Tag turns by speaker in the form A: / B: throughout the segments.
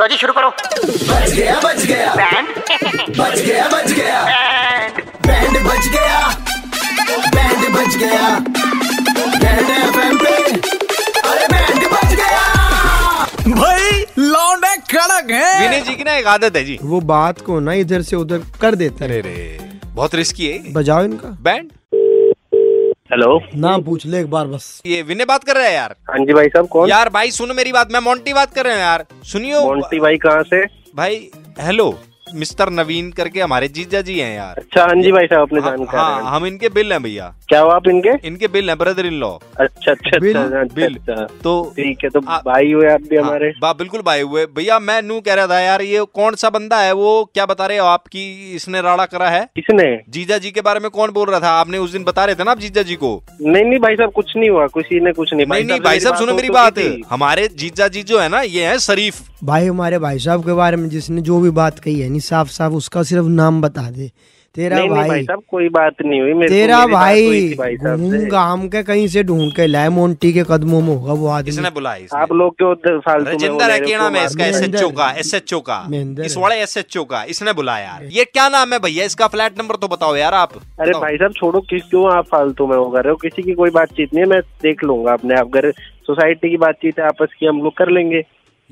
A: लो जी शुरू करो
B: बच गया बच गया
A: बैंड
B: बच गया बच गया बैंड बच गया बैंड बच गया बैंड एफएम पे अरे बैंड बच गया
C: भाई लौंडे कड़क है
D: विनय जी की ना एक आदत है जी
E: वो बात को ना इधर से उधर कर देते हैं
D: अरे रे बहुत रिस्की है
E: बजाओ इनका
D: बैंड
F: हेलो
E: नाम पूछ ले एक बार बस
D: ये विनय बात कर रहा है यार
F: हाँ जी भाई साहब कौन
D: यार भाई सुनो मेरी बात मैं मोंटी बात कर रहा हूँ यार सुनियो
F: मोंटी भाई कहाँ से
D: भाई हेलो मिस्टर नवीन करके हमारे जीजा जी हैं यार
F: अच्छा हाँ जी भाई साहब अपने
D: हाँ,
F: जानकार हैं।
D: हाँ हम इनके बिल हैं भैया
F: क्या हुआ आप इनके
D: इनके बिल हैं ब्रदर इन लॉ
F: अच्छा अच्छा
E: बिल-
F: अच्छा अच्छा,
D: बिल।
F: अच्छा
D: तो
F: ठीक है तो
D: आ-
F: भाई हुए आप भी
D: हाँ,
F: हमारे
D: बा बिल्कुल भाई हुए भैया मैं नू कह रहा था यार ये कौन सा बंदा है वो क्या बता रहे हो आपकी इसने राड़ा करा है
F: किसने
D: जीजा जी के बारे में कौन बोल रहा था आपने उस दिन बता रहे थे ना आप जीजा जी को
F: नहीं नहीं भाई साहब कुछ नहीं हुआ किसी ने कुछ नहीं
D: नहीं नहीं
F: से
D: भाई
F: मेरी
D: साहब
F: बात
D: सुनो
F: हो
D: मेरी
F: तो
D: बात
F: गई थी।
D: हमारे जीजा जी जो है ना ये है शरीफ
E: भाई हमारे भाई साहब के बारे में जिसने जो भी बात कही है नहीं साफ साफ उसका सिर्फ नाम बता दे तेरा
F: नहीं नहीं भाई
E: भाई
F: साहब कोई बात नहीं हुई मेरे को
E: तेरा
F: मेरी बात हुई
E: भाई
F: थी भाई साहब
E: घूम
F: से।
E: गाम के कहीं से ढूंढ के लाए मोन्टी के कदमों में होगा वो
D: इसने
E: आदमी
D: बुलाया इसने।
F: हम्म। आप लोग क्यों फालतू में वो
D: रजिंदर है
F: मेरे
D: क्या
F: को
D: नाम है इसका एस
E: मारते
D: एच
E: हैं।
D: ओ का एस एच ओ का
E: महेंद्र
D: इस वाले एस एच ओ का इसने बुलाया यार ये क्या नाम है भैया इसका फ्लैट नंबर तो बताओ यार आप
F: अरे
D: बताओ।
F: भाई साहब छोड़ो किस क्यों आप फालतू में वो कर रहे हो किसी की कोई बातचीत नहीं है मैं देख लूंगा अपने आप घर सोसाइटी की बातचीत है आपस की हम लोग कर लेंगे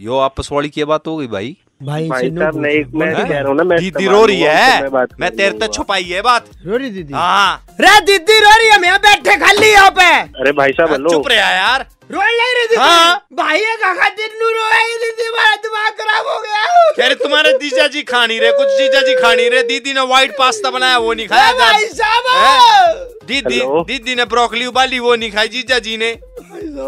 D: यो आपस वाली की बात हो गई भाई
E: भाई
F: भाई
E: इनसे नो
F: साहब
E: पूछो।
F: मैं एक मैं तो
D: हैं?
F: कह रहा हूँ ना मैं
D: दीदी
F: तमाम
D: रो रही
F: लोगों से
D: है
F: मैं बात
D: मैं
F: कर
D: तेरे
F: लूंगा।
D: तक छुपाई है बात
E: रो रही दीदी
D: हाँ
E: रे दीदी रो रही है मैं बैठे खाली यहाँ पे
F: अरे भाई साहब हेलो
D: चुप रहा यार
E: रो नहीं रही दीदी
D: हाँ।
E: भाई का खातिर नू रो रही दीदी मेरा दिमाग खराब हो गया
D: कह रहे तुम्हारे जीजा जी खानी रहे कुछ जीजा जी खानी रहे दीदी ने व्हाइट पास्ता बनाया वो नहीं खाया था
E: भाई साहब
D: हैं? दीदी
F: हेलो।
D: दीदी ने ब्रोकली उबाली वो नहीं खाई जीजा जी ने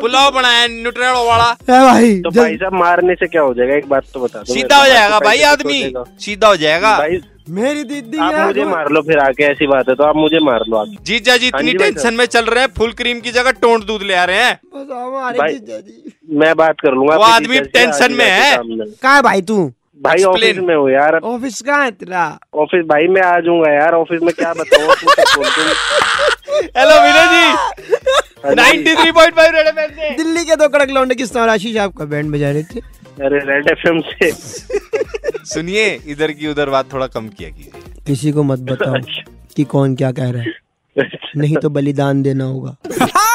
D: पुलाव बनाया न्यूट्रेलो वाला
E: ए भाई
F: तो
E: जल-
F: भाई साहब मारने से क्या हो जाएगा एक बात तो बता दो मेरे
D: सीधा
F: को,
D: हो
F: बाकी
D: जाएगा भाई
F: पैसे तो
D: आदमी हाँ।
F: देगा।
D: सीधा हो जाएगा
F: भाई
E: मेरी दीदी
F: आप
E: यार,
F: मुझे
E: वो-
F: मार लो फिर आके ऐसी बात है तो आप मुझे मार लो आके
D: जीजा जी इतनी
F: हाँ जी भाई
D: टेंशन में चल रहे हैं फुल क्रीम की जगह टोंट दूध ले आ रहे हैं
E: बस हमारे
F: भाई-
E: जीजा जी
F: मैं बात कर लूंगा
D: वो
F: आपके
D: आदमी
F: टीचर से,
D: टेंशन
F: आदमी
D: में
F: बैठे
D: है।
F: सामने।
E: कहाँ है भाई तू
F: भाई ऑफिस
D: Explain।
F: में हो यार अब
E: ऑफिस कहाँ है तेरा
F: ऑफिस भाई मैं आ जाऊंगा यार ऑफिस में क्या बताऊं तो ऑफिस में बोल दूं।
D: हेलो विनय
F: हाँ
D: जी नाइन्टी
F: जी।
D: Three point five red F M से
E: दिल्ली के दो कड़क लौंडे किस तरह आशीष आपका बैंड बजा रहे थे
F: अरे रेड एफएम से
D: सुनिए इधर की उधर बात थोड़ा कम किया कीजिए
E: किसी को मत बताओ कि कौन क्या कह रहा है नहीं तो बलिदान देना होगा
C: हाँ,